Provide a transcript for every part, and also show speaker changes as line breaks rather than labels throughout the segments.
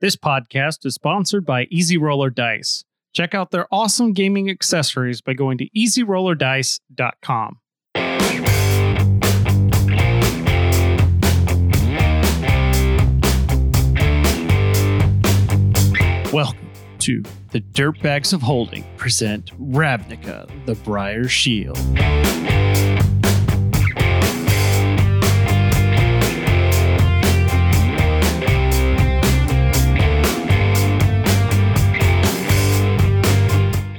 This podcast is sponsored by Easy Roller Dice. Check out their awesome gaming accessories by going to easyrollerdice.com. Welcome to the Dirtbags of Holding present Ravnica, the Briar Shield.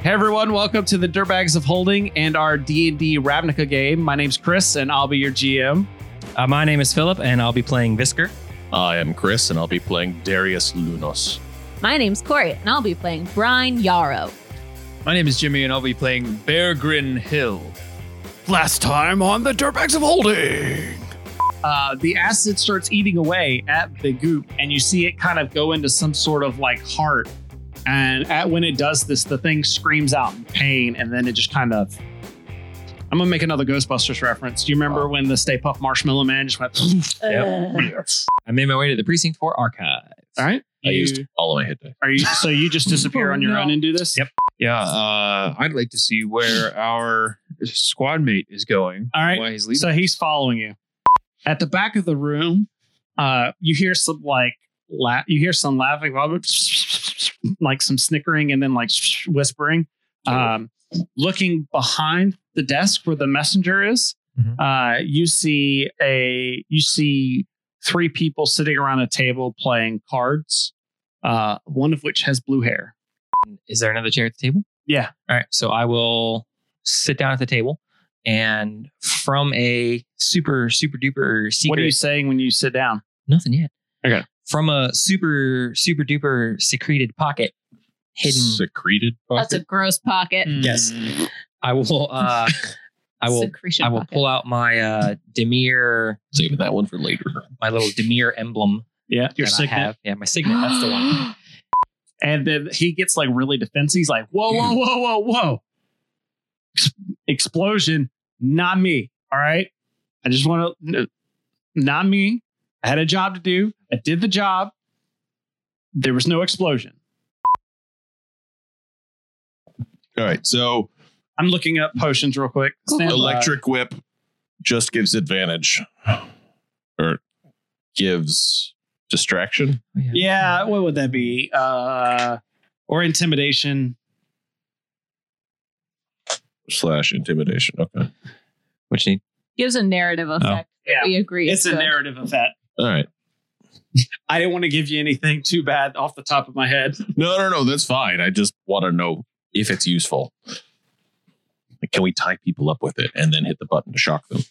Hey everyone, welcome to the Dirtbags of Holding and our D&D Ravnica game. My name's Chris and I'll be your GM.
Uh, my name is Philip, and I'll be playing Visker.
I am Chris, and I'll be playing Darius Lunos.
My name's Corey, and I'll be playing Brian Yarrow.
My name is Jimmy, and I'll be playing Beargrin Hill.
Last time on the Dirtbags of Holding.
uh, the acid starts eating away at the goop, and you see it kind of go into some sort of like heart. And at, when it does this, the thing screams out in pain, and then it just kind of. I'm gonna make another Ghostbusters reference. Do you remember when the Stay Puft Marshmallow Man just went?
I made my way to the precinct for archive.
All right,
I
You-
used all of my hit dice.
Are you so you just disappear
Oh,
on your
no.
own and do this?
Yep.
Yeah, uh, I'd like to see where our squad mate is going.
All right.
Why he's leaving.
So he's following you. At the back of the room, uh, you hear some like la- you hear some laughing, like some snickering, and then like whispering. Um, looking behind the desk where the messenger is,
Mhm.
uh, you see a you see three people sitting around a table playing cards. Uh, one of which has blue hair.
Is there another chair at the table?
Yeah.
All right, so I will sit down at the table, and from a super super duper secret,
What are you saying when you sit down?
nothing yet.
Okay.
From a super super duper secreted pocket, hidden.
Secreted
Oh,
That's a
pocket.
gross pocket.
Yes. I will. Uh, Mm, I will.
Secretion
I will
pocket.
pull out my uh, Demir,
Saving that one for later.
my little Demir emblem.
Yeah, your
that I
signet.
have. Yeah, my signet. That's the one. Oh,
And then he gets like really defensive. He's like, whoa, whoa, whoa, whoa, whoa. Ex- Explosion, not me. All right. I just want to, not me. I had a job to do. I did the job. There was no explosion.
All right, so
I'm looking up potions real quick. Stand by.
electric whip just gives advantage, or gives distraction.
Yeah. What would that be? Uh, or intimidation.
Slash intimidation. Okay.
What you need?
Gives a narrative
Oh.
effect.
Yeah.
We agree.
It's a
good.
narrative effect.
All right.
I didn't want to give you anything too bad off the top of my head.
No, no, no. That's fine. I just want to know if it's useful. Like, Can we tie people up with it and then hit the button to shock them?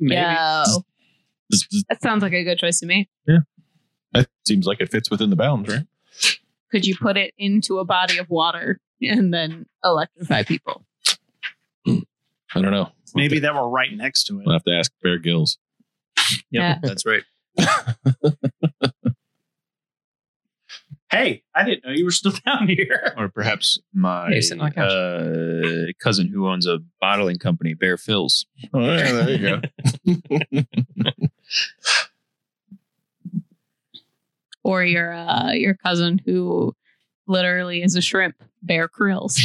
Maybe.
No.
This- this-
That sounds like a good choice to me.
That seems like it fits within the bounds, right?
Could you put it into a body of water and then electrify people?
I don't know.
Maybe that were right next to it.
We'll have to ask Bear Gills.
Yeah.
that's right.
Hey, I didn't know you were still down here.
Or perhaps my
Hey, sit on my couch.
uh, cousin who owns a bottling company, Bear Phil's.
Oh, yeah, there you go.
Or your uh, your cousin who literally is a shrimp, bear krills.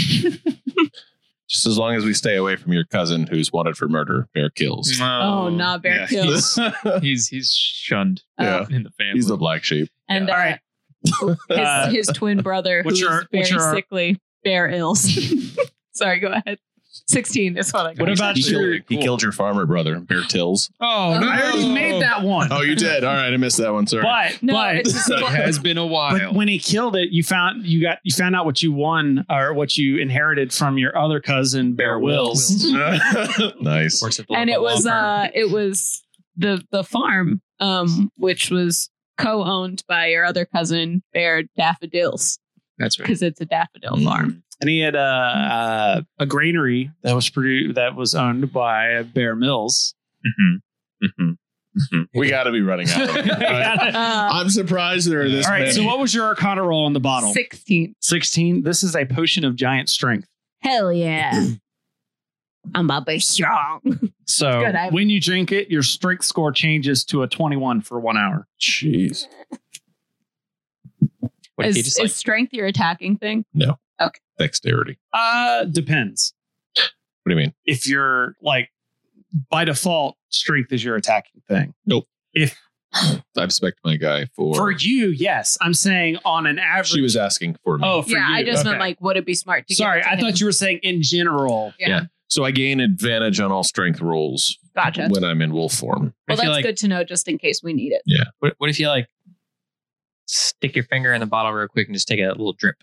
Just as long as we stay away from your cousin who's wanted for murder, Bear Kills.
Oh, nah, Bear Phil's.
He's,
Oh.
he's he's shunned
Mm-hmm. Oh.
Yeah.
in the family.
He's the black sheep.
and
All
uh,
right.
his,
Uh,
his twin brother,
what's
who's
your-
very
what's your-
sickly, Bear Ills. Sorry, go ahead. 16 is what I got.
What about
he
your-
Killed, he killed your farmer brother, Bear Tills.
oh,
no.
I already made that one.
Oh, you did. All right, I missed that one. Sorry.
But
no,
but,
it's just,
It has been a while.
but when he killed it, you found you got you found out what you won or what you inherited from your other cousin Bear,
Bear
Wills.
Wills.
nice.
Works at the
and it
local law
was
firm.
uh it was the the farm um which was co-owned by your other cousin Bear Daffodils
that's right.
because it's a daffodil
Mm.
farm.
And he had a uh, a granary that was produ- that was owned by Bear Mills.
Mm-hmm. Mm-hmm.
We got to be running out. of it. I-
Uh,
I'm surprised there are this
All right.
many.
So what was your Arcana roll on the bottle?
16.
Sixteen. This is a potion of giant strength.
Hell yeah. I'm a big strong.
So
Good, I-
when you drink it, your strength score changes to a twenty-one for one hour.
Jeez.
What if
is,
you just
is
like
strength your attacking thing?
Dexterity.
Uh, depends.
What do you mean?
If you're like by default, strength is your attacking thing.
I respect my guy for.
for you, yes. I'm saying on an average.
she was asking for me.
oh, for
yeah,
you.
I just meant
okay.
like, would it be smart to?
Sorry, I thought you were saying in general.
Yeah,
Yeah. So I gain advantage on all strength rolls
gotcha.
when I'm in wolf form.
Well,
I feel
that's
like-
good to know, just in case we need it.
Yeah.
what, what if you like stick your finger in the bottle real quick and just take a little drip?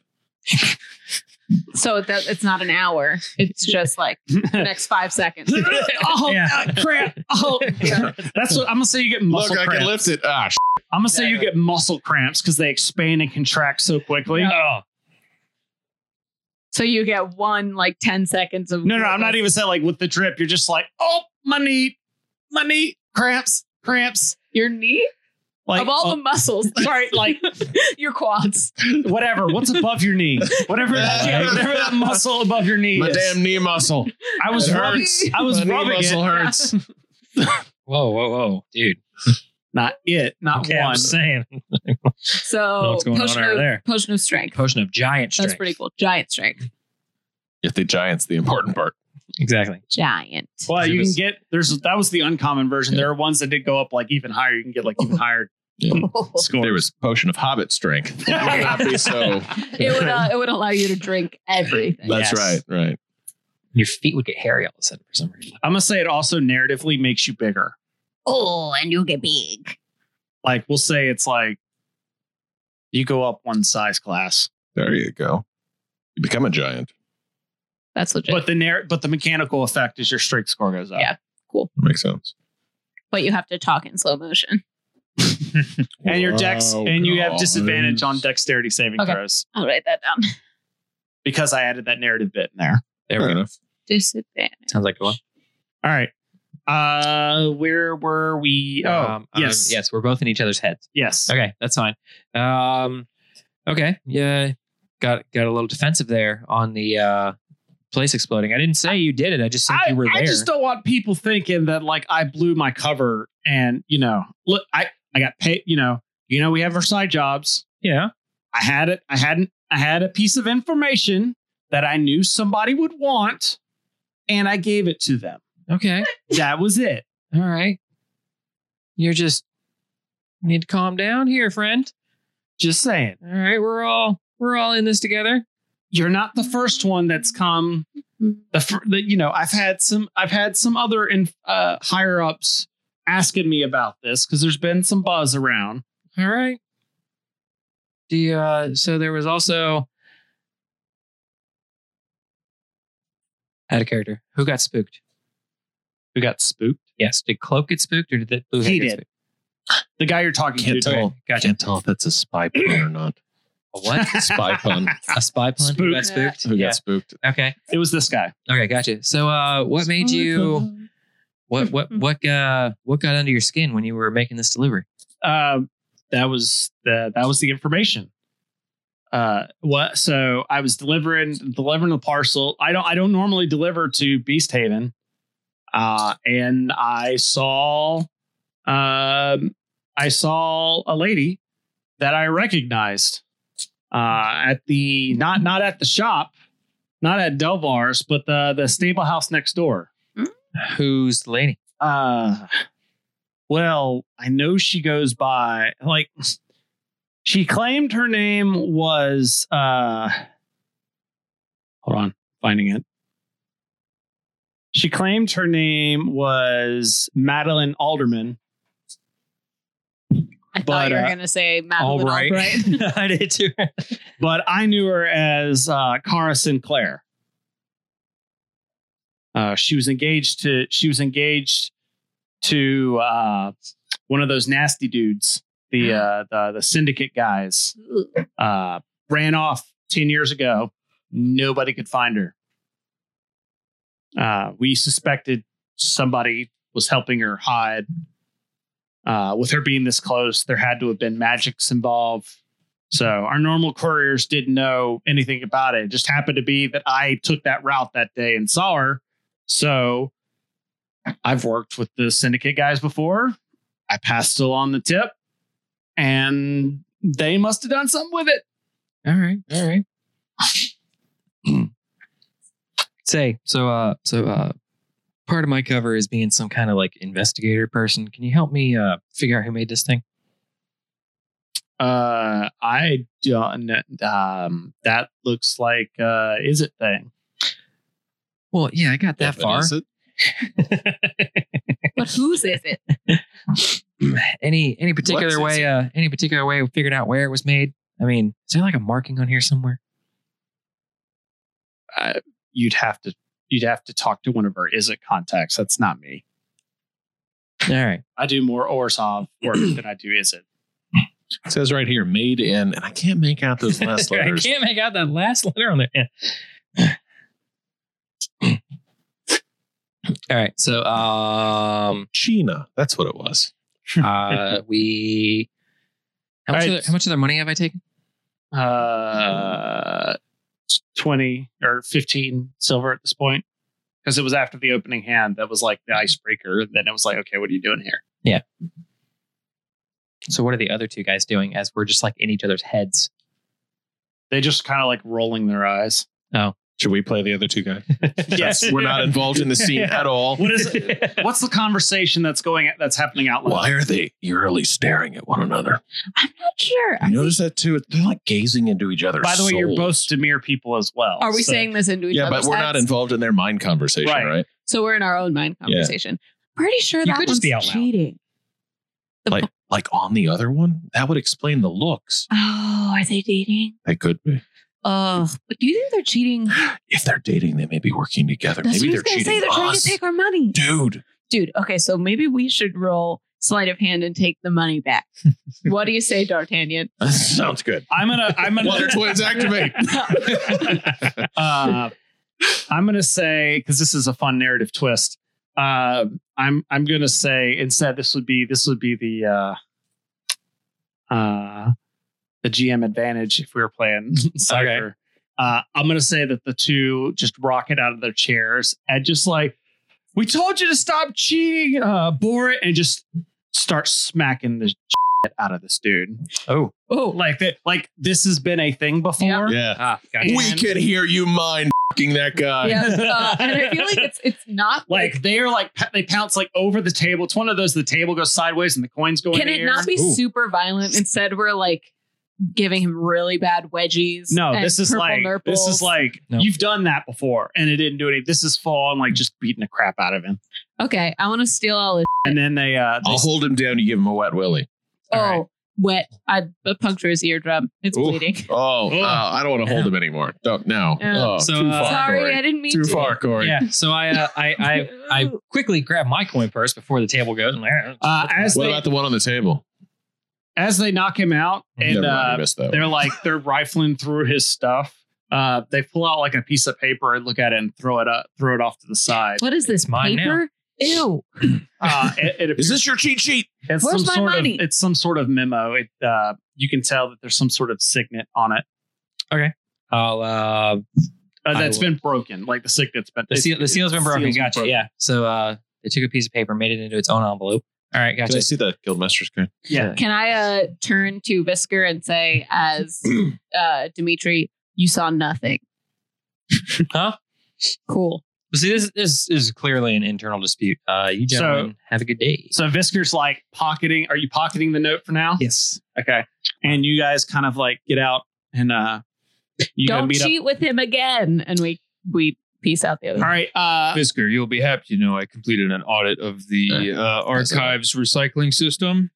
So that it's not an hour; it's just like the next five seconds.
oh
Yeah.
uh, crap! Oh,
Yeah.
that's what I'm gonna say. You get muscle cramps.
it. Ah, sh-
I'm gonna say you get muscle cramps because they expand and contract so quickly.
Oh,
So you get one like ten seconds of
No, no, I'm not even saying like with the drip. You're just like, oh, my knee, my knee cramps, cramps.
your knee
Like
of all
oh,
the muscles.
Right, like-
your quads.
whatever. What's above your knee? Whatever that,
Yeah.
whatever that muscle above your knee.
my
is.
damn knee muscle.
I was
It
rubbing.
hurts.
I was
my knee
rubbing
muscle
it.
hurts.
whoa, whoa, whoa, dude!
Not it. Not
Okay,
one.
I'm saying
So
What's going on
potion
over
of,
there?
Potion of strength.
potion of giant strength.
That's pretty cool. Giant strength.
If the giant's the important part.
Exactly.
Giant.
Well,
It
you can
was-
get there's that was the uncommon version. There are ones that did go up like even higher. You can get like even higher
Yeah. If
scores.
there was potion of hobbit strength. It would not be so.
It would uh, it would allow you to drink everything.
That's
Yes.
right. Right.
Your feet would get hairy all of a sudden for some reason.
I'm gonna say it also narratively makes you bigger.
Oh, and you get big.
Like we'll say it's like you go up one size class,
There you go. You become a giant.
That's legit.
but
But,
the narr- but the mechanical effect is your strength score goes up.
Yeah.
That makes sense.
you have to talk in slow motion.
and your dex
Wow,
and you have
guys.
disadvantage on dexterity saving
Okay.
throws
I'll write that down.
because I added that narrative bit in there.
There
Fair
we go.
enough.
Disadvantage.
Sounds like a one.
All right. Uh, where were we? Oh,
Um, um,
yes, yes,
yes. We're both in each other's heads.
yes.
Okay, that's fine. Um, okay, yeah, got got a little defensive there on the uh, place exploding. I didn't say you did it. I just said
I,
you were
I
there.
just don't want people thinking that like I blew my cover and you know, look, I I got paid. You know, you know, we have our side jobs.
yeah,
I had it. I hadn't. I had a piece of information that I knew somebody would want, and I gave it to them.
okay,
That was it.
all right. You're just you need to calm down here, friend.
Just saying,
All right, we're all we're all in this together.
you're not the first one that's come. The, fir- the you know, I've had some. I've had some other in, uh, higher ups asking me about this because there's been some buzz around.
All right. The uh, so there was also out of character. Who got spooked?
who got spooked.
Yes. Did Cloak get spooked or did the blue hair
He
get
did.
spooked?
The guy you're talking
Can't
to.
tell.
today.
Gotcha.
Can't tell if that's a spy pun or not.
A what?
Spy pun.
a spy pun? Who got
Spooked.
spooked?
Who
yeah.
got spooked?
okay.
It was this guy.
Okay. Gotcha. So, uh, what made
Oh
you? What what what uh what got under your skin when you were making this delivery?
Um, that was the that was the information. Uh, what? So I was delivering delivering the parcel. I don't I don't normally deliver to Beast Haven. Uh, and I saw, um, I saw a lady that I recognized uh, at the not not at the shop, not at Delvar's, but the the stable house next door.
Who's the lady?
uh well i know she goes by like she claimed her name was uh hold on finding it she claimed her name was madeline alderman
I thought
But,
you were
uh,
gonna say Madeline Albright.
I did too.
but i knew her as uh cara sinclair uh she was engaged to she was engaged to uh one of those nasty dudes the uh the, the syndicate guys
Ooh.
uh, ran off 10 years ago. Nobody could find her. Uh, we suspected somebody was helping her hide. Uh, with her being this close, there had to have been magics involved. So our normal couriers didn't know anything about it. It just happened to be that I took that route that day and saw her. So I've worked with the syndicate guys before. I passed along the tip and they must have done something with it.
All right. All right. Say, so uh so uh part of my cover is being some kind of like investigator person. Can you help me uh figure out who made this thing?
Uh, I don't. Um, that looks like uh, is it thing.
Well, yeah, I got that
But
far.
is it?
But whose is it?
any any particular
What?
way uh any particular way of figuring out where it was made? I mean, is there like a marking on here somewhere?
You'd have to. You'd have to talk to one of our is it contacts. That's not me.
All right.
I do more Orsov work than I do is it.
It says right here, made in, and I can't make out those last
I
letters.
can't make out that last letter on there. Yeah. All right. So um
China. That's what it was.
uh, we how much,
All right.
other, how much other money have I taken?
Uh, twenty or fifteen silver at this point, because it was after the opening hand that was like the icebreaker. Then it was like, okay, what are you doing here?
So what are the other two guys doing as we're just like in each other's heads?
They just kind of like rolling their eyes.
Should we play the other two guys?
Yes.
We're not involved in the scene at all.
What is? What's the conversation that's going? That's happening out loud?
Why are they eerily staring at one another?
I'm not sure.
You notice that too? They're like gazing into each other's
By the way, you're
souls.
both Demir people as well.
Are we
so-
saying this into each
Yeah,
other's
but we're not
heads?
involved in their mind conversation,
Right.
right?
So we're in our own mind conversation. Pretty sure
You
that
could
one's
just be out loud.
cheating. The
Like,
bu-
like on the other one, that would explain the looks.
oh, are they dating?
They could be.
Oh, but do you think they're cheating?
If they're dating, they may be working together.
That's
Maybe
what
they're
I was gonna
cheating
say. They're trying to
us.
take our money,
Dude,
dude. Okay, so maybe we should roll sleight of hand and take the money back. what do you say, D'Artagnan?
that sounds good.
I'm gonna. I'm gonna.
Wonder twins activate.
uh, I'm gonna say because this is a fun narrative twist. Uh, I'm I'm gonna say instead this would be this would be the uh, uh, the GM advantage if we were playing Cypher. Uh, I'm gonna say that the two just rocket out of their chairs and just like we told you to stop cheating, uh, bore it, and just start smacking the shit out of this dude.
Oh.
Oh, like that. Like this has been a thing before.
yeah.
Ah, gotcha.
We can hear you mind fucking that guy.
yeah, uh, and I feel like it's it's not
Like they're like pa- they pounce like over the table. It's one of those the table goes sideways and the coins go. in
Can
the
it
air.
not be
Ooh.
super violent? Instead, we're like giving him really bad wedgies.
No,
and
this is
purple
like this
nurples.
is like
No.
you've done that before and it didn't do anything. This is full on like just beating the crap out of him.
okay. I want to steal all his.
And then they uh they,
I'll hold him down. You give him a wet willy.
Oh,
All right.
wet! I puncture his eardrum. It's
Ooh.
bleeding.
Oh,
Oh.
uh, I don't want to hold
Yeah.
him anymore. Don't now.
Yeah.
Oh,
So,
too
uh,
far,
Sorry,
Corey.
I didn't mean
Too
to.
far, Corey.
Yeah. So I, uh, I, I, I quickly grab my coin purse before the table goes. And there.
uh, as
What
they
about the one on the table?
as they knock him out and
Never mind, I
uh,
missed that.
they're
one.
like they're rifling through his stuff. Uh, they pull out like a piece of paper and look at it and throw it up, throw it off to the side.
What is this
mine
paper? Ew!
Uh, it, it
Is
appears
this your cheat sheet?
It's
Where's
some
my
sort
money?
of it's some sort of memo. It uh, you can tell that there's some sort of signet on it
I'll, uh,
uh,
I
that's
will-
been broken. Like the signet's been
the, seal, the
it's-
seal's been broken.
seal's
Gotcha. Yeah. So uh, they took a piece of paper, made it into its own envelope. All right.
Can I
Gotcha.
see the guild master's card?
Yeah.
Can I uh, turn to Visker and say, as uh, Dimitri, you saw nothing.
Huh?
Cool.
Well, See, this, this is clearly an internal dispute. Uh, you
So-
gentlemen have a good day.
So Visker's like pocketing. Are you pocketing the note for now?
yes.
Okay. And you guys kind of like get out and uh, you go
Don't
meet
cheat with him again. And we we peace out the other.
up. All right. Uh,
Fisker, you'll be happy to know I completed an audit of the uh,
that's all right.
archives recycling system.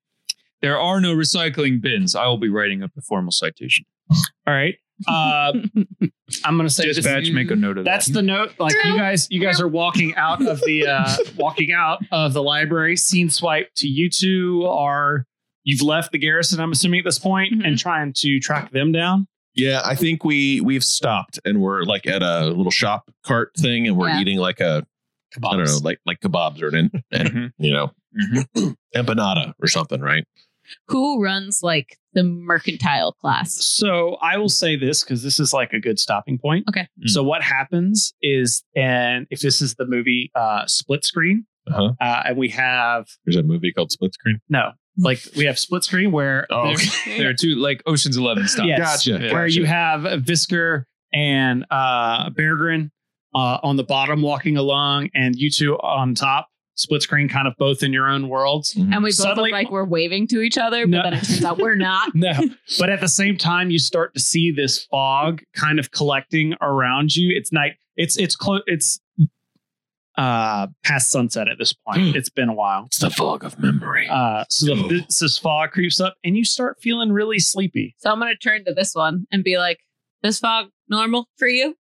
There are no recycling bins. I will be writing up a formal citation.
all right. Uh, I'm gonna say this-
Dispatch, make a note of
That's
that.
the note. Like you guys, you guys are walking out of the uh, walking out of the library. Scene swipe to you two are you've left the garrison. I'm assuming at this point and trying to track them down.
Yeah, I think we we've stopped and we're like at a little shop cart thing and we're
Yeah.
eating like a I don't know, like like kebabs or an, an
Mhm.
you know
Mhm.
empanada or something, right?
Who runs like the mercantile class?
So I will say this because this is like a good stopping point.
Okay.
Hmm.
Mm.
So what happens is, and if this is the movie uh, Split Screen,
Uh-huh.
uh, and we have
There's a movie called Split Screen.
no, Like we have split screen where
Oh,
there's-
okay.
There are two like Ocean's Eleven stuff.
Yes.
Gotcha.
Yeah.
where
gotcha.
you have Visker and uh, Berggren uh, on the bottom walking along, and you two on top, split screen, kind of both in your own worlds.
Mhm.
And we both
Suddenly-
look like we're waving to each other,
No.
but then it turns out we're not.
No, but at the same time, you start to see this fog kind of collecting around you. It's night. It's it's close. It's uh past sunset at this point. it's been a while.
Hmm. It's the fog of memory. Oh.
Uh, so the, this, this fog creeps up, and you start feeling really sleepy.
So I'm gonna turn to this one and be like, "This fog normal for you?"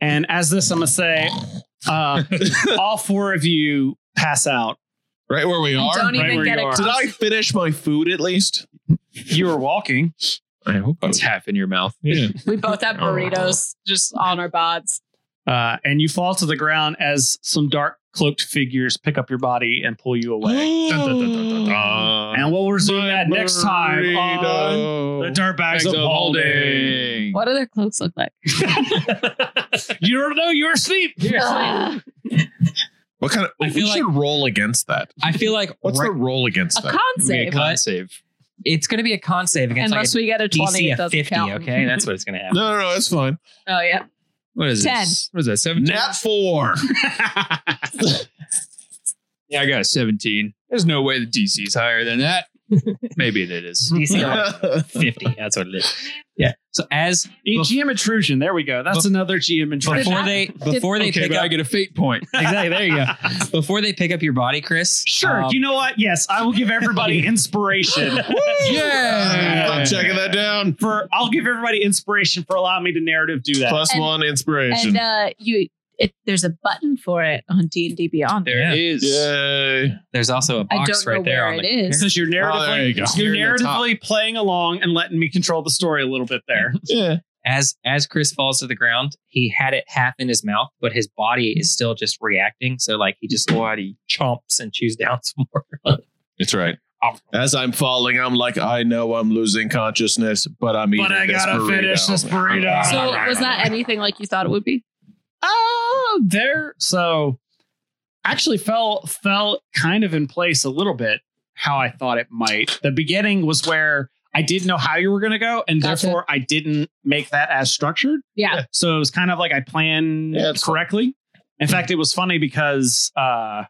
And as this, I'm gonna say, uh, all four of you pass out.
right where we
And
are.
don't
right
even
where
get
you
a
are.
Did I finish my food at least?
You were walking.
I hope I
It's half in your mouth.
Yeah.
We both have
Oh,
burritos just on our bods.
Uh, and you fall to the ground as some dark cloaked figures pick up your body and pull you away.
Uh,
and we'll resume that next time on the Dirtbags
Bags
of
of
Holding.
holding.
What do their cloaks look like?
you don't know you're asleep.
Ugh.
What kind of?
I
we
feel
should roll against that.
I feel like
What's
right-
the roll against
a
that?
con
Be a
save.
con-
Con save.
it's going to be a con save against
Unless
like
we get a
a
twenty,
DC
it
of
doesn't
50,
count.
okay? That's what it's going to happen.
no, no, no. That's fine.
Oh yeah.
What is
Ten.
this? What is that? Seventeen.
Nat four.
E,
Yeah, I got a seventeen. There's no way the DC's higher than that. Maybe it is.
DC of 50. That's what it is. Yeah. So as
GM intrusion. There we go. That's another GM intrusion.
before they before they
Okay,
pick
but I
up
get a fate point.
exactly there you go before they pick up your body, Chris.
Sure.
um,
you know what? Yes, I will give everybody inspiration.
yeah.
Yeah.
I'm checking that down.
For I'll give everybody inspiration for allowing me to narrative do that.
Plus
And-
one inspiration.
And uh, you, it, there's a button for it on D and D Beyond.
There
Yeah.
it is.
Yay.
there's also a
I
box
don't know
right there
where
on
it
the
is.
Since you're
Oh, there
narratively,
you go.
you are
You're in the top.
narratively playing along and letting me control the story a little bit there.
Yeah.
as as Chris falls to the ground, he had it half in his mouth, but his body is still just reacting. So like he just body chomps and chews down some more.
It's right. As I'm falling, I'm like, I know I'm losing consciousness, but I'm eating
But I gotta
this burrito.
finish this burrito.
So was that anything like you thought it would be?
Oh, there. So actually fell fell kind of in place a little bit how I thought it might. The beginning was where I didn't know how you were going to go and
Gotcha.
therefore I didn't make that as structured.
Yeah.
So it was kind of like I planned
Yeah, it's fine.
correctly. In fact, it was funny because uh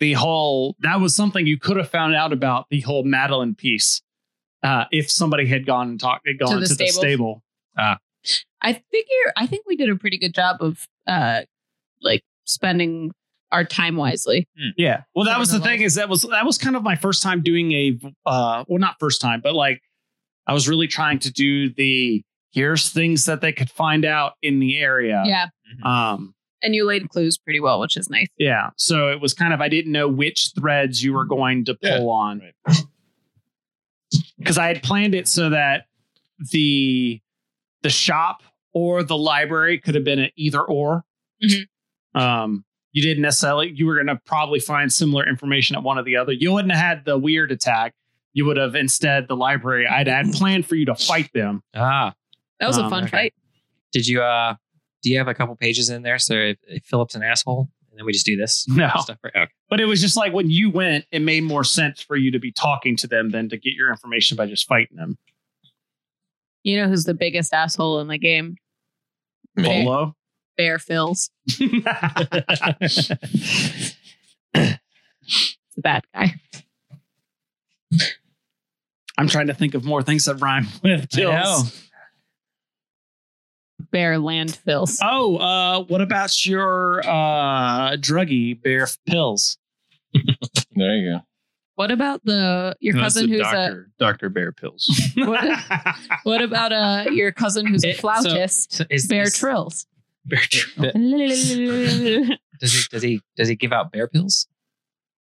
the whole that was something you could have found out about the whole Madeline piece. Uh, if somebody had gone and talked, had gone to,
the
the
stable?
stable,
I figure I think we did a pretty good job of uh like spending our time wisely.
Yeah. Well, that
Sort
was the
of
thing
like-
is that was that was kind of my first time doing a uh well not first time, but like I was really trying to do the here's things that they could find out in the area.
yeah.
Um
And you laid clues pretty well, which is nice.
yeah. So it was kind of I didn't know which threads you were going to pull
Yeah.
on. Cuz I had planned it so that the the shop or the library could have been an either or.
Mhm.
Um, you didn't necessarily, you were going to probably find similar information at one or the other. You wouldn't have had the weird attack. You would have instead the library. I'd had planned for you to fight them.
ah,
That was a
Um,
fun
okay.
fight.
did you uh do you have a couple pages in there? So if, if Philip's an asshole, and then we just do this
No.
stuff. Right? Okay.
But it was just like when you went, it made more sense for you to be talking to them than to get your information by just fighting them.
You know who's the biggest asshole in the game?
Me.
Hello?
Bear Phils. The bad guy.
I'm trying to think of more things that rhyme with
I know.
kills.
Bear Land Phils.
Oh, uh, what about your uh, druggy bear pills?
There you go.
What about the your
No, that's
cousin
the
who's a
doctor, Dr. Bear Pills.
what about uh your cousin who's a
It- so-
flautist?
So is
Bear
is- Oh,
Trills.
Bear Trill.
That's
Does he does he does he give out bear pills?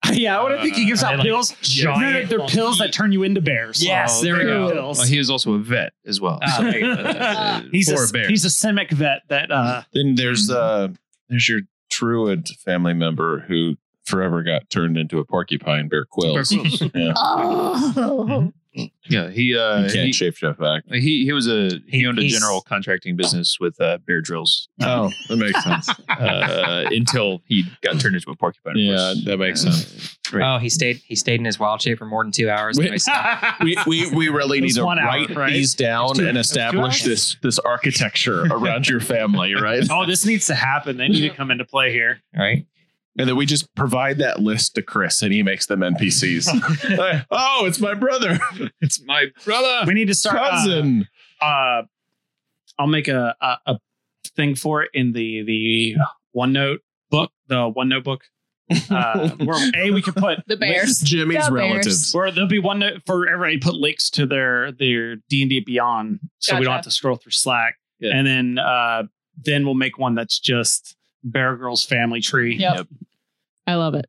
yeah, I wouldn't think he gives
Uh,
out
like
pills. No,
giant
no, they're pills that turn you into bears.
Yes,
Oh,
there we
there
you
go.
go.
Well, he is also a vet as well.
Ah, there you go.
Uh,
He's
for
a,
a bear.
he's a Simic vet that uh,
Then there's uh there's your druid family member who forever got turned into a porcupine bear quills.
Bear Grylls.
Yeah.
Oh.
Yeah, he uh,
you
he,
can't shapeshift back.
he he was a he
He-
owned a
he's-
general contracting business with uh, bear drills
Oh, that makes sense.
uh, until he got turned into a porcupine. of
yeah,
course.
that makes
Uh,
sense.
Oh, he stayed. He stayed in his wild shape for more than two hours.
Wait.
and then he stopped.
We, we, we really
It
need
was
to
one hour,
write
right?
these down
two-
and
it was two
establish
hours?
this this architecture around your family, right?
oh, this needs to happen. They need to come into play here.
All right.
And then we just provide that list to Chris, and he makes them NPCs. Like, oh, it's my brother,
It's my brother.
We need to start. uh,
cousin.
uh, I'll make a, a a thing for it in the the OneNote book, the OneNote book. Uh, where a we could put
The
Where's
bears.
Jimmy's
The
relatives.
or there'll be OneNote for everybody. Put links to their their D and D Beyond, so we don't
Gotcha.
have to scroll through Slack.
Yeah.
And then uh, then we'll make one that's just Bear Girls family tree,
Yep.
Yep.
I love it.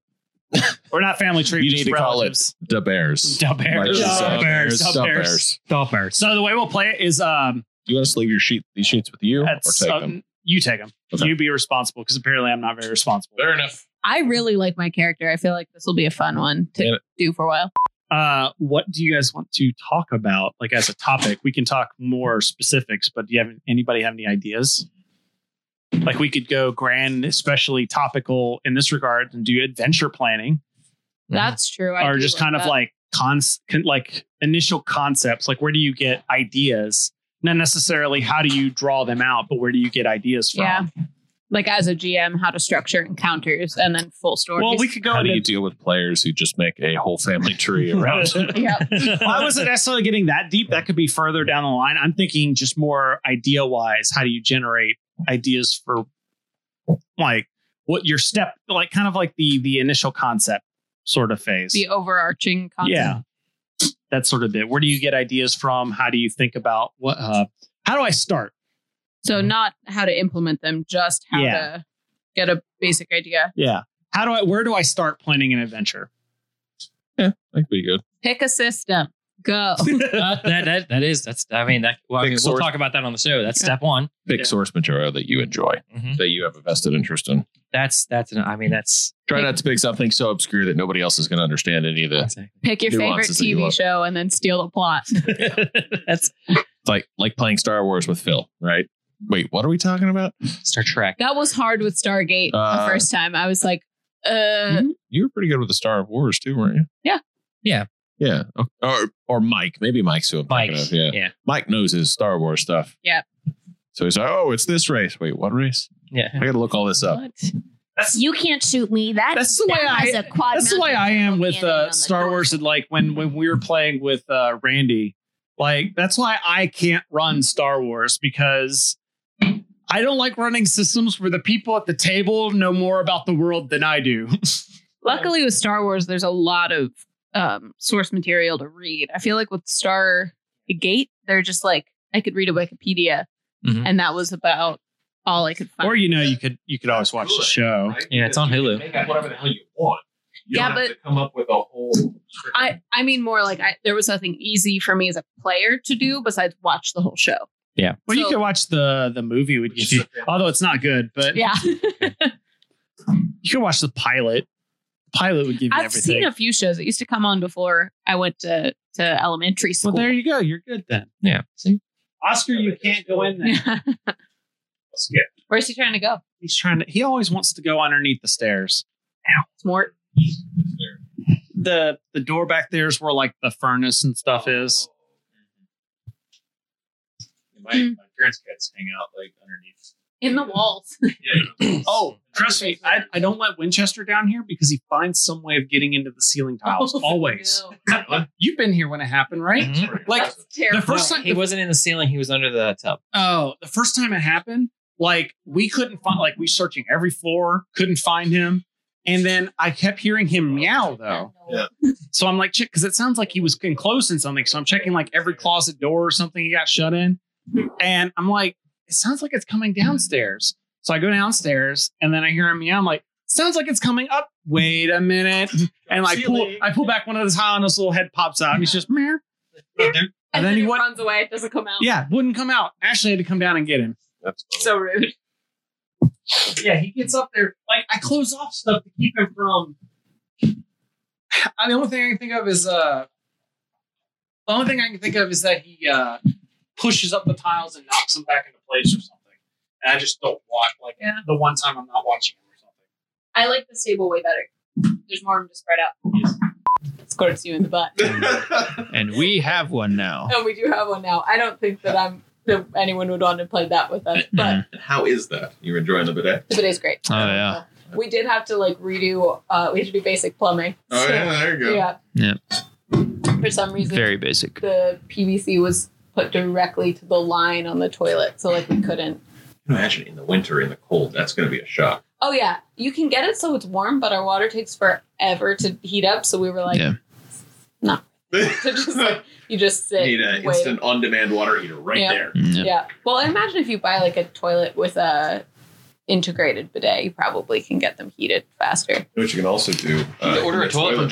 or not family tree.
You
just
need to call it
relatives.
The Bears.
Da
Like
Bears.
the
Da
Da
Sub-
Bears.
Sub
Da
Bears.
Bears. Da Bears. So the way we'll play it is um,
Do you want us to leave your sheet these sheets with you
at
or take
some-
them?
you take them.
Okay.
You be responsible because apparently I'm not very responsible.
enough.
I really like my character. I feel like this will be a fun one to
Yeah.
do for a while.
uh, what do you guys want to talk about? Like as a topic, we can talk more specifics, but do you have anybody have any ideas? Like we could go grand, especially topical in this regard, and do adventure planning,
That's true. I
or
do
just kind of
that.
like cons, con- like initial concepts. Like where do you get ideas? Not necessarily how do you draw them out, but where do you get ideas from?
yeah, like as a GM, how to structure encounters and then full stories.
Well, we could go.
How do you
Into,
deal with players who just make a whole family tree around?
yeah,
Well, I wasn't necessarily getting that deep. That could be further down the line. I'm thinking just more idea wise. How do you generate ideas for like what your step, like kind of like the the initial concept sort of phase?
the overarching concept.
Yeah, that sort of bit. Where do you get ideas from? How do you think about what? Uh, how do I start?
So not how to implement them, just how
Yeah.
to get a basic idea.
Yeah. How do I? Where do I start planning an adventure?
That'd be good.
Pick a system. Go.
Uh, that, that that is that's I mean that well, I
Big
mean, we'll
source.
talk about that on the show. That's step one.
Pick
Yeah.
source material that you enjoy, that you have a vested interest in.
Mm-hmm. That's that's an, I mean that's
Try
Pick-
not to pick something so obscure that nobody else is going to understand any of the
Pick your favorite
Nuances that you
TV
love.
show and then steal the plot.
that's
It's like like playing Star Wars with Phil, right? Wait, what are we talking about?
Star Trek.
That was hard with Stargate
Uh,
the first time. I was like, uh,
Mhm. You were pretty good with the Star Wars too, weren't you?
Yeah.
Yeah.
Yeah. O- Or or Mike. Maybe Mike's who I'm
Mike.
thinking of. Yeah.
Yeah.
Mike knows his Star Wars stuff.
Yep.
So he's like, oh, it's this race. Wait, what race? I
Yeah.
got to look all this up.
what? You can't shoot me. That
That's the way I-
a quad.
That's the way I am with uh, Star Wars. And like when when we were playing with uh, Randy, like that's why I can't run Star Wars because I don't like running systems where the people at the table know more about the world than I do.
Luckily, with Star Wars, there's a lot of um, source material to read. I feel like with Star Gate, they're just like I could read a Wikipedia,
Mhm.
and that was about all I could find.
Mm-hmm. or you know, you could you could always watch the show.
Yeah, it's on Hulu.
whatever the hell you want.
You Yeah, don't have but-
come up with a whole.
I, I mean, more like I, there was nothing easy for me as a player to do besides watch the whole show.
Well, you
So-
could watch the the movie, with if you, although it's not good, but
Yeah,
you could watch the pilot. Pilot would give you
I've
everything.
seen a few shows that used to come on before I went to to elementary school.
well, there you go. You're good then.
Yeah. See?
Oscar, you can't go in there.
Where's he trying to go?
He's trying to. He always wants to go underneath the stairs.
Smart.
the the door back there is where like the furnace and stuff
Oh.
is.
My, my parents' cats hang out like underneath.
In the walls.
Oh, trust me, I, I don't let Winchester down here because he finds some way of getting into the ceiling tiles. always.
Oh, no.
You've been here when it happened, right? Like
That's terrible.
the first
No,
time
he wasn't in the ceiling. He was under the tub.
Oh, the first time it happened, like we couldn't find like we searching every floor, couldn't find him. And then I kept hearing him meow though.
Yeah.
So I'm like, check, because it sounds like he was enclosed in something. So I'm checking like every closet door or something he got shut in. And I'm like, it sounds like it's coming downstairs. So I go downstairs and then I hear him meow. I'm like, sounds like it's coming up. Wait a minute. And I pull, I pull back one of his Highlanders, little head pops out. And he's just, meow. And then he went,
runs away. It doesn't come out.
yeah, wouldn't come out. Ashley had to come down and get him.
So rude.
Yeah, he gets up there. Like I close off stuff to keep him from. I, the only thing I can think of is uh, The only thing I can think of is that he uh, pushes up the tiles and knocks them back into place or something. And I just don't watch like
Yeah.
the one time I'm not watching him or something.
I like this table way better. There's more room to spread out. Squirts you in the butt.
And we have one now.
and we do have one now. I don't think that I'm that anyone would want to play that with us,
Mm-hmm.
but
How is that? You're enjoying the bidet?
the bidet's great.
Oh yeah.
We did have to like redo. Uh, we had to do basic plumbing.
Oh
So,
yeah, there you go.
yeah.
Yeah.
For some reason,
Very basic.
the PVC was put directly to the line on the toilet, so like we couldn't.
Imagine in the winter in the cold, that's going to be a shock.
Oh yeah, you can get it so it's warm, but our water takes forever to heat up. So we were like,
Yeah.
no, so just like
Need
you just sit.
an
wait.
instant on-demand water heater right
Yeah.
there.
Yeah.
Yeah. Well, I imagine if you buy like a toilet with a integrated bidet, you probably can get them heated faster.
You know What you can also do? uh, in the bowl- in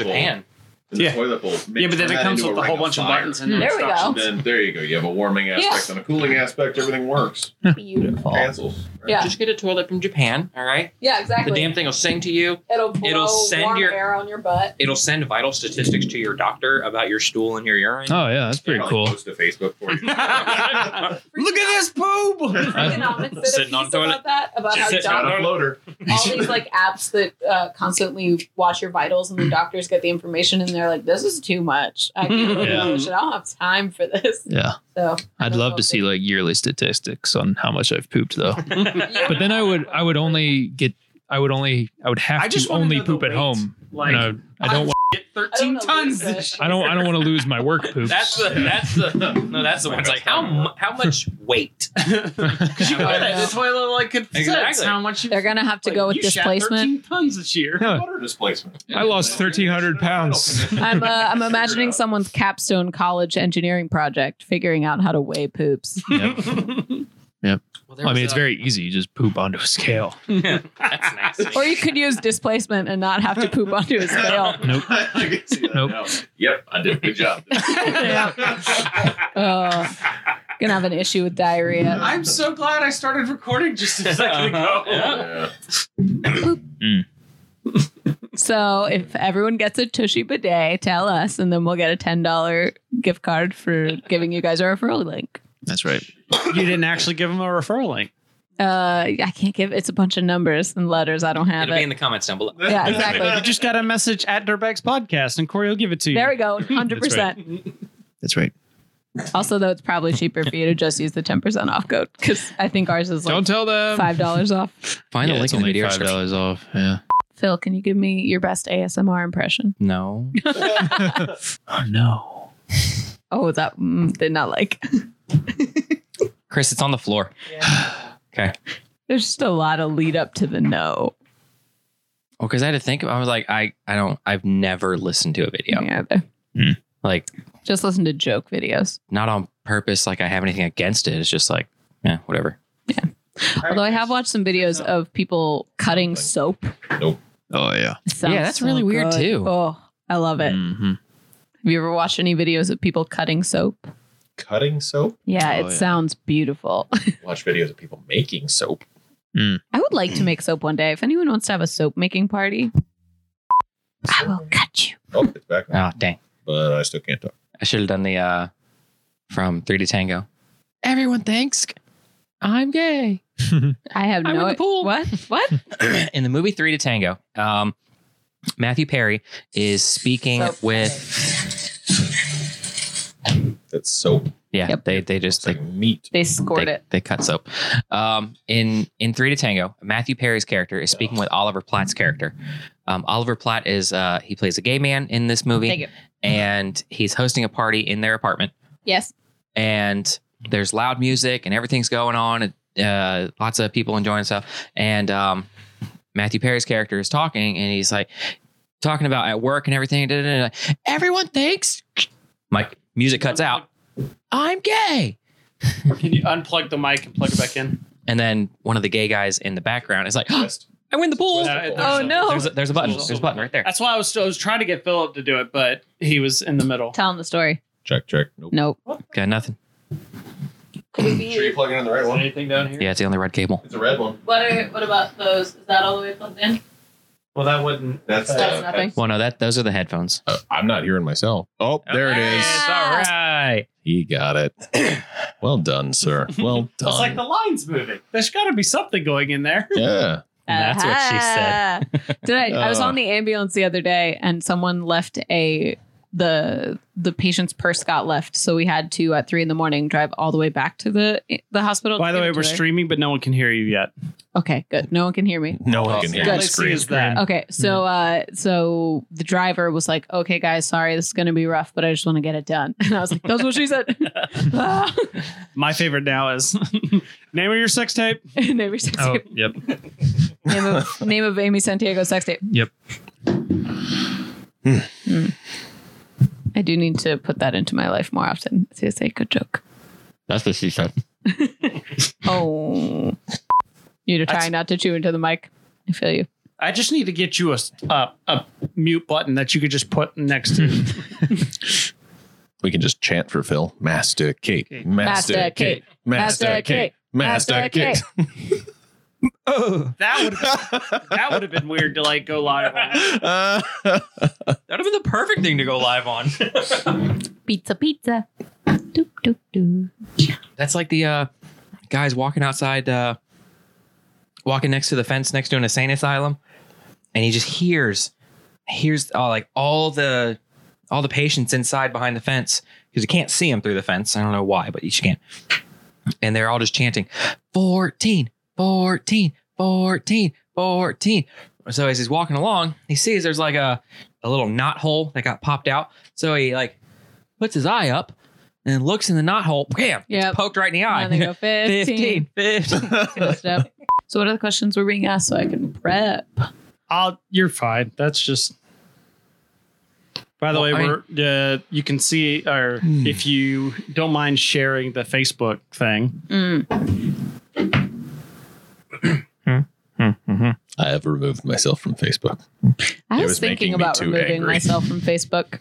the
Yeah.
toilet bowl.
Yeah, but then it comes with a whole bunch of buttons and
There we
instructions.
go.
Then there you go. You have a warming aspect and a cooling aspect. Everything works.
Beautiful.
Oh,
Cancels.
Yeah.
Just get a toilet from Japan, all right?
Yeah,
The
exactly.
damn thing will sing to you.
it'll blow
it'll send
warm
your-
air on your butt.
It'll send vital statistics to your doctor about your stool and your urine.
Oh yeah, that's pretty
Probably
cool.
Post to Facebook for you.
Look at this poop!
Freaking Ominous did a
Sitting
piece
on toilet.
about that about how
Sitting
doc-
on
Got a floater.
all these like apps that uh, constantly watch your vitals and the doctors get the information and they're like, "This is too much. I can't do
Yeah.
this. I don't have time for this."
Yeah.
So
I'd
don't
love
know
to
if
see
they-
like yearly statistics on how much I've pooped though.
Yeah.
But then I would I would only get I would only I would have
I just
to
wanna
only
know the
poop at
weight.
home.
Like
and I, would- I don't want
get
I don't
13
know,
tons.
Lisa.
this year.
I don't I don't want to lose my work poops.
That's the that's the no. That's the one. It's like how mu- how much weight?
Could you
I
bet
know.
the toilet like could fit
Exactly.
how much you
they're gonna have to go with
you shat 13
displacement.
tons this year.
Yeah.
Water displacement.
I lost 1,300 pounds.
I'm uh, I'm
Figure it
imagining
out.
someone's capstone college engineering project figuring out how to weigh poops.
Yep.
Well, there
Well, I
was
mean, it's
a-
very easy. You just poop onto a scale.
That's nice.
Or you could use displacement and not have to poop onto a scale.
Nope.
I can see that
Nope.
now. Yep, I did a good job.
Oh, gonna have an issue with diarrhea.
I'm so glad I started recording just a second ago.
Uh-huh.
Yeah.
So if everyone gets a Tushy bidet, tell us, and then we'll get a ten dollar gift card for giving you guys a referral link.
That's right.
You didn't actually give him a referral link.
Uh, I can't give. It's a bunch of numbers and letters. I don't have
It'll be in
it.
the comments down below.
Yeah,
You
exactly.
just got a message at Dirtbags Podcast, and Corey will give it to you.
There we go. Hundred percent.
That's right.
Also, though, it's probably cheaper for you to just use the ten percent off code because I think ours is
Don't
like
tell them.
five dollars off.
Find
yeah, it's only five dollars off. Yeah.
Phil, can you give me your best ASMR impression?
No.
Oh no.
Oh, that mm, did not like.
Chris, it's on the floor.
There's just a lot of lead up to the no.
Well, because Oh, I had to think. I was like, I, I don't. I've never listened to a video
Yeah. there-
like
Just listen to joke videos.
not on purpose. Like I have anything against it. It's just like, yeah, whatever.
Although I have watched some videos of people cutting
Something.
soap.
Oh yeah.
It sounds
Yeah, that's really weird, too.
Oh, I love
Mm.
it.
Mhm.
Have you ever watched any videos of people cutting soap?
Cutting soap.
Yeah,
Oh,
it
yeah.
sounds beautiful.
Watch videos of people making soap.
I would like to make soap one day. If anyone wants to have a soap making party, I will cut you.
Oh, it's back. on.
Oh dang!
But I still can't talk.
I should have done the uh from Three to Tango. Everyone thinks I'm gay.
I have
I'm
no
in the pool.
What? What?
in the movie Three to Tango, um, Matthew Perry is speaking
Soap.
with.
That's soap.
Yeah,
Yep.
they they just
It's
they
like meat.
They scored
they,
it.
they cut soap. Um, in in Three to Tango, Matthew Perry's character is speaking with Oliver Platt's character. Um, Oliver Platt is uh, he plays a gay man in this
Thank
movie,
you.
and he's hosting a party in their apartment.
Yes.
And there's loud music and everything's going on. and, Uh, lots of people enjoying stuff, and um, Matthew Perry's character is talking, and he's like talking about at work and everything. da, da, da, da. Everyone thinks my music cuts out. I'm gay.
Can you unplug the mic and plug it back in?
And then one of the gay guys in the background is like, "Ah,
Twist.
I win the pool.
Uh, there's
Oh,
a-
no.
There's a, there's a button. There's a button right there.
That's why I was I was trying to get Philip to do it, but he was in the middle.
Tell them the story.
Check, check. Nope.
Nope.
Got nothing.
Could it
Sure you plug it in the right
Is there
one.
anything down here?
Yeah, it's the only red cable.
It's a red one.
What are, What about those? Is that all the way plugged in?
Well, that wouldn't.
That's,
That's nothing.
Well, no, that those are the headphones.
uh, I'm not hearing myself. Oh, there it
Okay.
is.
Yes, all
right.
He got it. well done, sir. Well done.
It's like the line's moving. There's got to be something going in there.
yeah.
That's what she said.
said. Did I? I was
Uh.
on the ambulance the other day, and someone left a the the patient's purse got left, so we had to at three in the morning drive all the way back to the the hospital. to
By the
give
way,
it to
we're
her.
streaming, but no one can hear you yet.
Okay, good. No one can hear me.
No one
Well,
can hear
good.
you
Let's see
scream.
is that.
Okay, so uh, so the driver was like, "Okay, guys, sorry, this is gonna be rough, but I just want to get it done." And I was like, "That's what she said." Ah.
My favorite now is name of your sex tape.
And every sex
Oh,
tape-
yep.
name of name of Amy Santiago sex tape.
Yep.
Hmm. I do need to put that into my life more often. It's a good joke.
That's what she said.
Oh, you're
That's-
trying not to chew into the mic. I feel you.
I just need to get you a, a, a mute button that you could just put next to.
We can just chant for Phil. Master Kate. Master Kate. Master Kate. Master Kate.
oh, that would that would have been weird to like go live. on.
Uh,
That would have been the perfect thing to go live on.
Pizza, pizza. Doop, doop, doop.
That's like the uh, guys walking outside, uh, walking next to the fence next to an insane asylum, and he just hears, hears uh, like all the all the patients inside behind the fence because you can't see them through the fence. I don't know why, but you just can't. And they're all just chanting, 14, 14, 14, 14. So as he's walking along, he sees there's like a, a little knot hole that got popped out. So he like puts his eye up and looks in the knot hole. Bam! Gets
Yep.
poked right in the
And then they
eye.
go 15.
15, 15.
Good stuff. So, what are the questions we're being asked so I can prep?
I'll, you're fine. That's just. By the
Well,
way,
I-
we're, uh, you can see, or if you don't mind sharing the Facebook thing,
Mm.
I have removed myself from Facebook.
I
It
was,
was making
thinking
me
about
too
removing
angry.
myself from Facebook.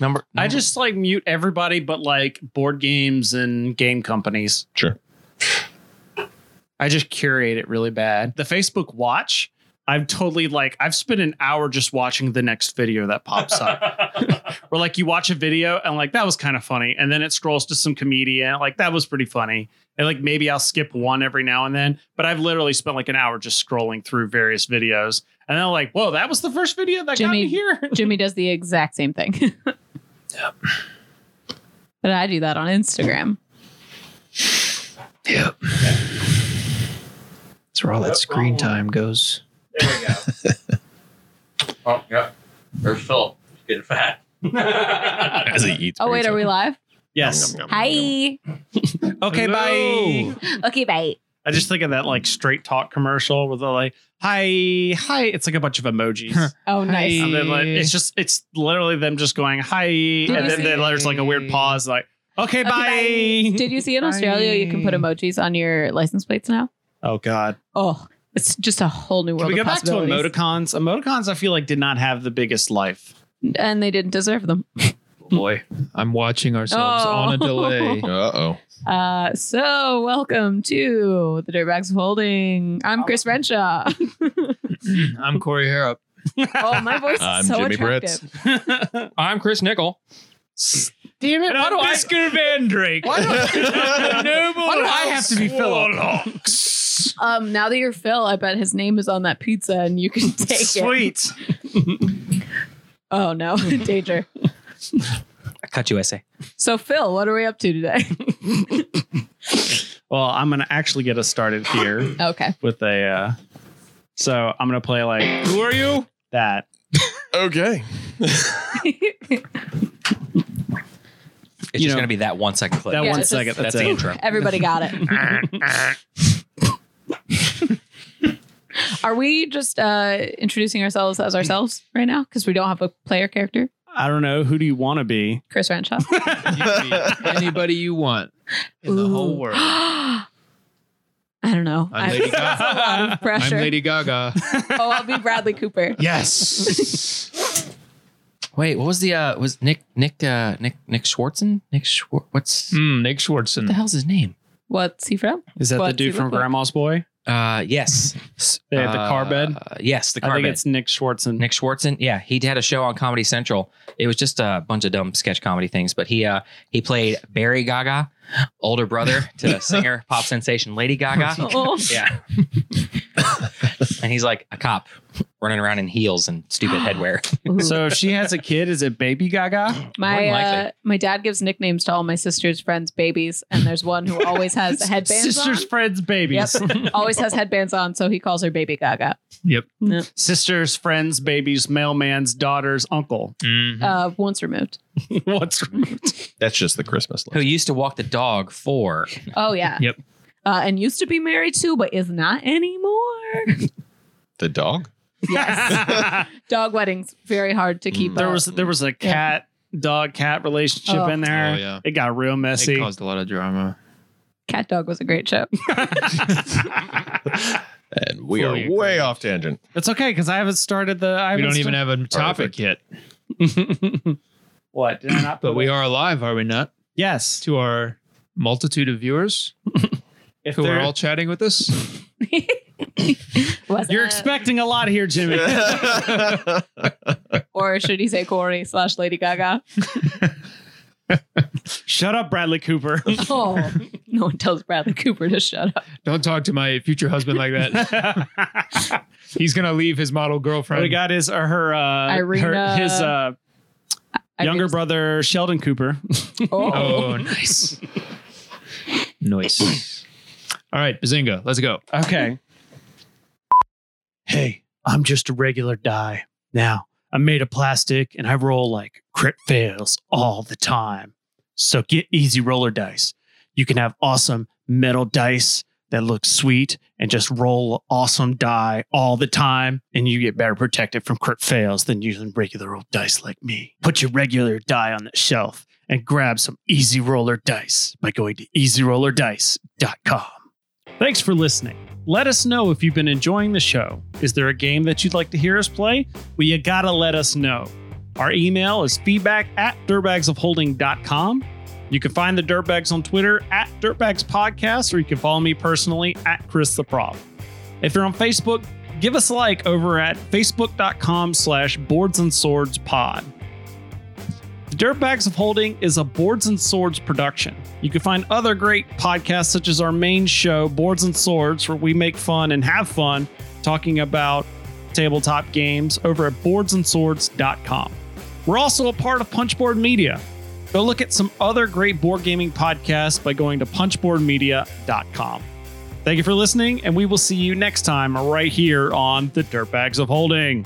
Number,
I
number-
just like mute everybody but like board games and game companies.
Sure.
I just curate it really bad. The Facebook watch, I've totally like I've spent an hour just watching the next video that pops up. Where like you watch a video and like that was kind of funny, and then it scrolls to some comedian, like that was pretty funny. And like maybe I'll skip one every now and then, but I've literally spent like an hour just scrolling through various videos. And then like, whoa, that was the first video that got
Jimmy-
me here.
Jimmy does the exact same thing. But I do that on Instagram.
That's where all that screen time goes.
Oh, yeah. There's Phil. He's getting fat.
As he eats.
Oh, wait, are we live?
yes.
Nom, nom, nom, nom.
Hi.
Okay, bye.
Okay, bye.
I just think of that like straight talk commercial where they're like, hi, hi. It's like a bunch of emojis.
Oh, nice.
and then like it's just it's literally them just going, hi.
you
And then
see-
they- there's like a weird pause, like, okay,
Okay,
bye.
Did you see in Australia you can put emojis on your license plates now?
Oh god.
Oh, it's just a whole new
Can
world.
we go
of
back to
possibilities.
emoticons? Emoticons, I feel like did not have the biggest life.
And they didn't deserve them.
Boy, I'm watching ourselves
Oh.
on a delay.
Uh-oh.
Uh, so welcome to the Dirtbags of Holding. I'm Chris
Oh.
Renshaw.
I'm Corey Harrop.
oh, my voice is
I'm
so
Jimmy
attractive.
Britz.
I'm Chris Nickel.
Damn it.
And
Why do
I'm
I
Oscar Van Drake.
why do I-
Noble
why do I have to be Philip?
Um, now that you're Phil, I bet his name is on that pizza and you can take it.
Sweet.
Oh no, danger.
I cut you essay.
So Phil, what are we up to today?
Well, I'm gonna actually get us started here
Okay.
with a uh so I'm gonna play like
Who are you?
that.
Okay.
It's
You
just
know,
going to be that one second clip.
That
Yeah,
one
it's
second.
just-
That's,
That's the
it.
intro.
Everybody got it. Are we just uh introducing ourselves as ourselves right now? Because we don't have a player character.
I don't know. Who do you want to be?
Chris Renshaw.
Anybody you want in the whole
Ooh.
world.
I don't know.
I'm Lady
that's
Gaga.
a lot of
I'm
pressure.
Lady Gaga.
oh, I'll be Bradley Cooper.
Yes.
Wait, what was the uh was Nick Nick uh Nick Nick Schwartzen? Nick Schwar- what's what
Hmm, Nick
the
Schwartzen.
hell's his name?
What's he from?
Is that
What
the
do you
dude from
look like?
Grandma's Boy?
Uh, yes.
They had the car bed?
Uh, yes, the car
I think
bed.
it's Nick Schwartzen.
Nick Schwartzen. Yeah, he had a show on Comedy Central. It was just a bunch of dumb sketch comedy things, but he uh he played Barry Gaga, older brother to singer pop sensation Lady Gaga.
Oh,
Yeah. and he's like a cop running around in heels and stupid headwear.
So if she has a kid, is it Baby Gaga?
my
More than likely.
uh, my dad gives nicknames to all my sister's friends' babies, and there's one who always has the headbands
Sister's friends' babies.
on. Always has headbands on, so he calls her Baby Gaga.
Sister's friends' babies, mailman's daughter's uncle.
Mhm.
Uh, once removed.
What's
That's just the Christmas
Who
list.
used to walk the dog for
Oh yeah.
Yep.
Uh, and used to be married to, but is not anymore.
The dog?
Yes. Dog weddings very hard to keep.
Mm.
there
up.
was there was a cat dog cat relationship
Oh.
in there.
Oh, yeah.
It got real
It
messy.
caused a lot of drama.
Cat Dog was a great show.
And we
Fully
are
agree.
way off tangent.
it's okay because I haven't started the. I
We
haven't
don't even have a topic
Perfect.
yet,
even. what did I not?
but
put
we
it?
are alive, are we not?
Yes.
To our multitude of viewers
If
who are
they're-
all chatting with us.
Was
you're
it?
expecting a lot here, Jimmy.
or should he say Corey slash Lady Gaga?
Shut up, Bradley Cooper.
Oh, no one tells Bradley Cooper to shut up.
Don't talk to my future husband like that.
what
He's gonna leave his model girlfriend.
we got is uh, her, uh, her-
Irina-
his uh,
I
younger
think-
brother Sheldon Cooper.
Oh.
Oh, nice. nice. All right, Bazinga, let's go.
Okay. Hey, I'm just a regular die. Now, I'm made of plastic and I roll like crit fails all the time. So get easy roller dice. You can have awesome metal dice that look sweet and just roll an awesome die all the time, and you get better protected from crit fails than using regular old dice like me. Put your regular die on the shelf and grab some easy roller dice by going to easyrollerdice.com. Thanks for listening. Let us know if you've been enjoying the show. Is there a game that you'd like to hear us play? Well, you gotta let us know. Our email is feedback at dirtbagsofholding.com. You can find the Dirtbags on Twitter at Dirtbags Podcast, or you can follow me personally at Chris the Prop. If you're on Facebook, give us a like over at facebook.com slash boards and swords pod. The Dirtbags of Holding is a Boards and Swords production. You can find other great podcasts such as our main show, Boards and Swords, where we make fun and have fun talking about tabletop games over at boardsandswords.com. We're also a part of Punchboard Media. Go look at some other great board gaming podcasts by going to punchboardmedia.com. Thank you for listening, and we will see you next time right here on the Dirtbags of Holding.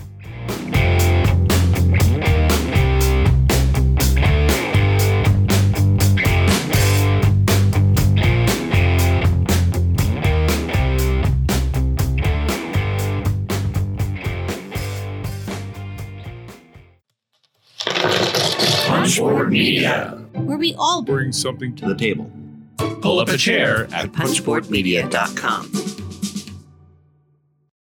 Punchboard Media.
where we all
Bring something
to the table.
Pull up a chair at
punchboardmedia.com.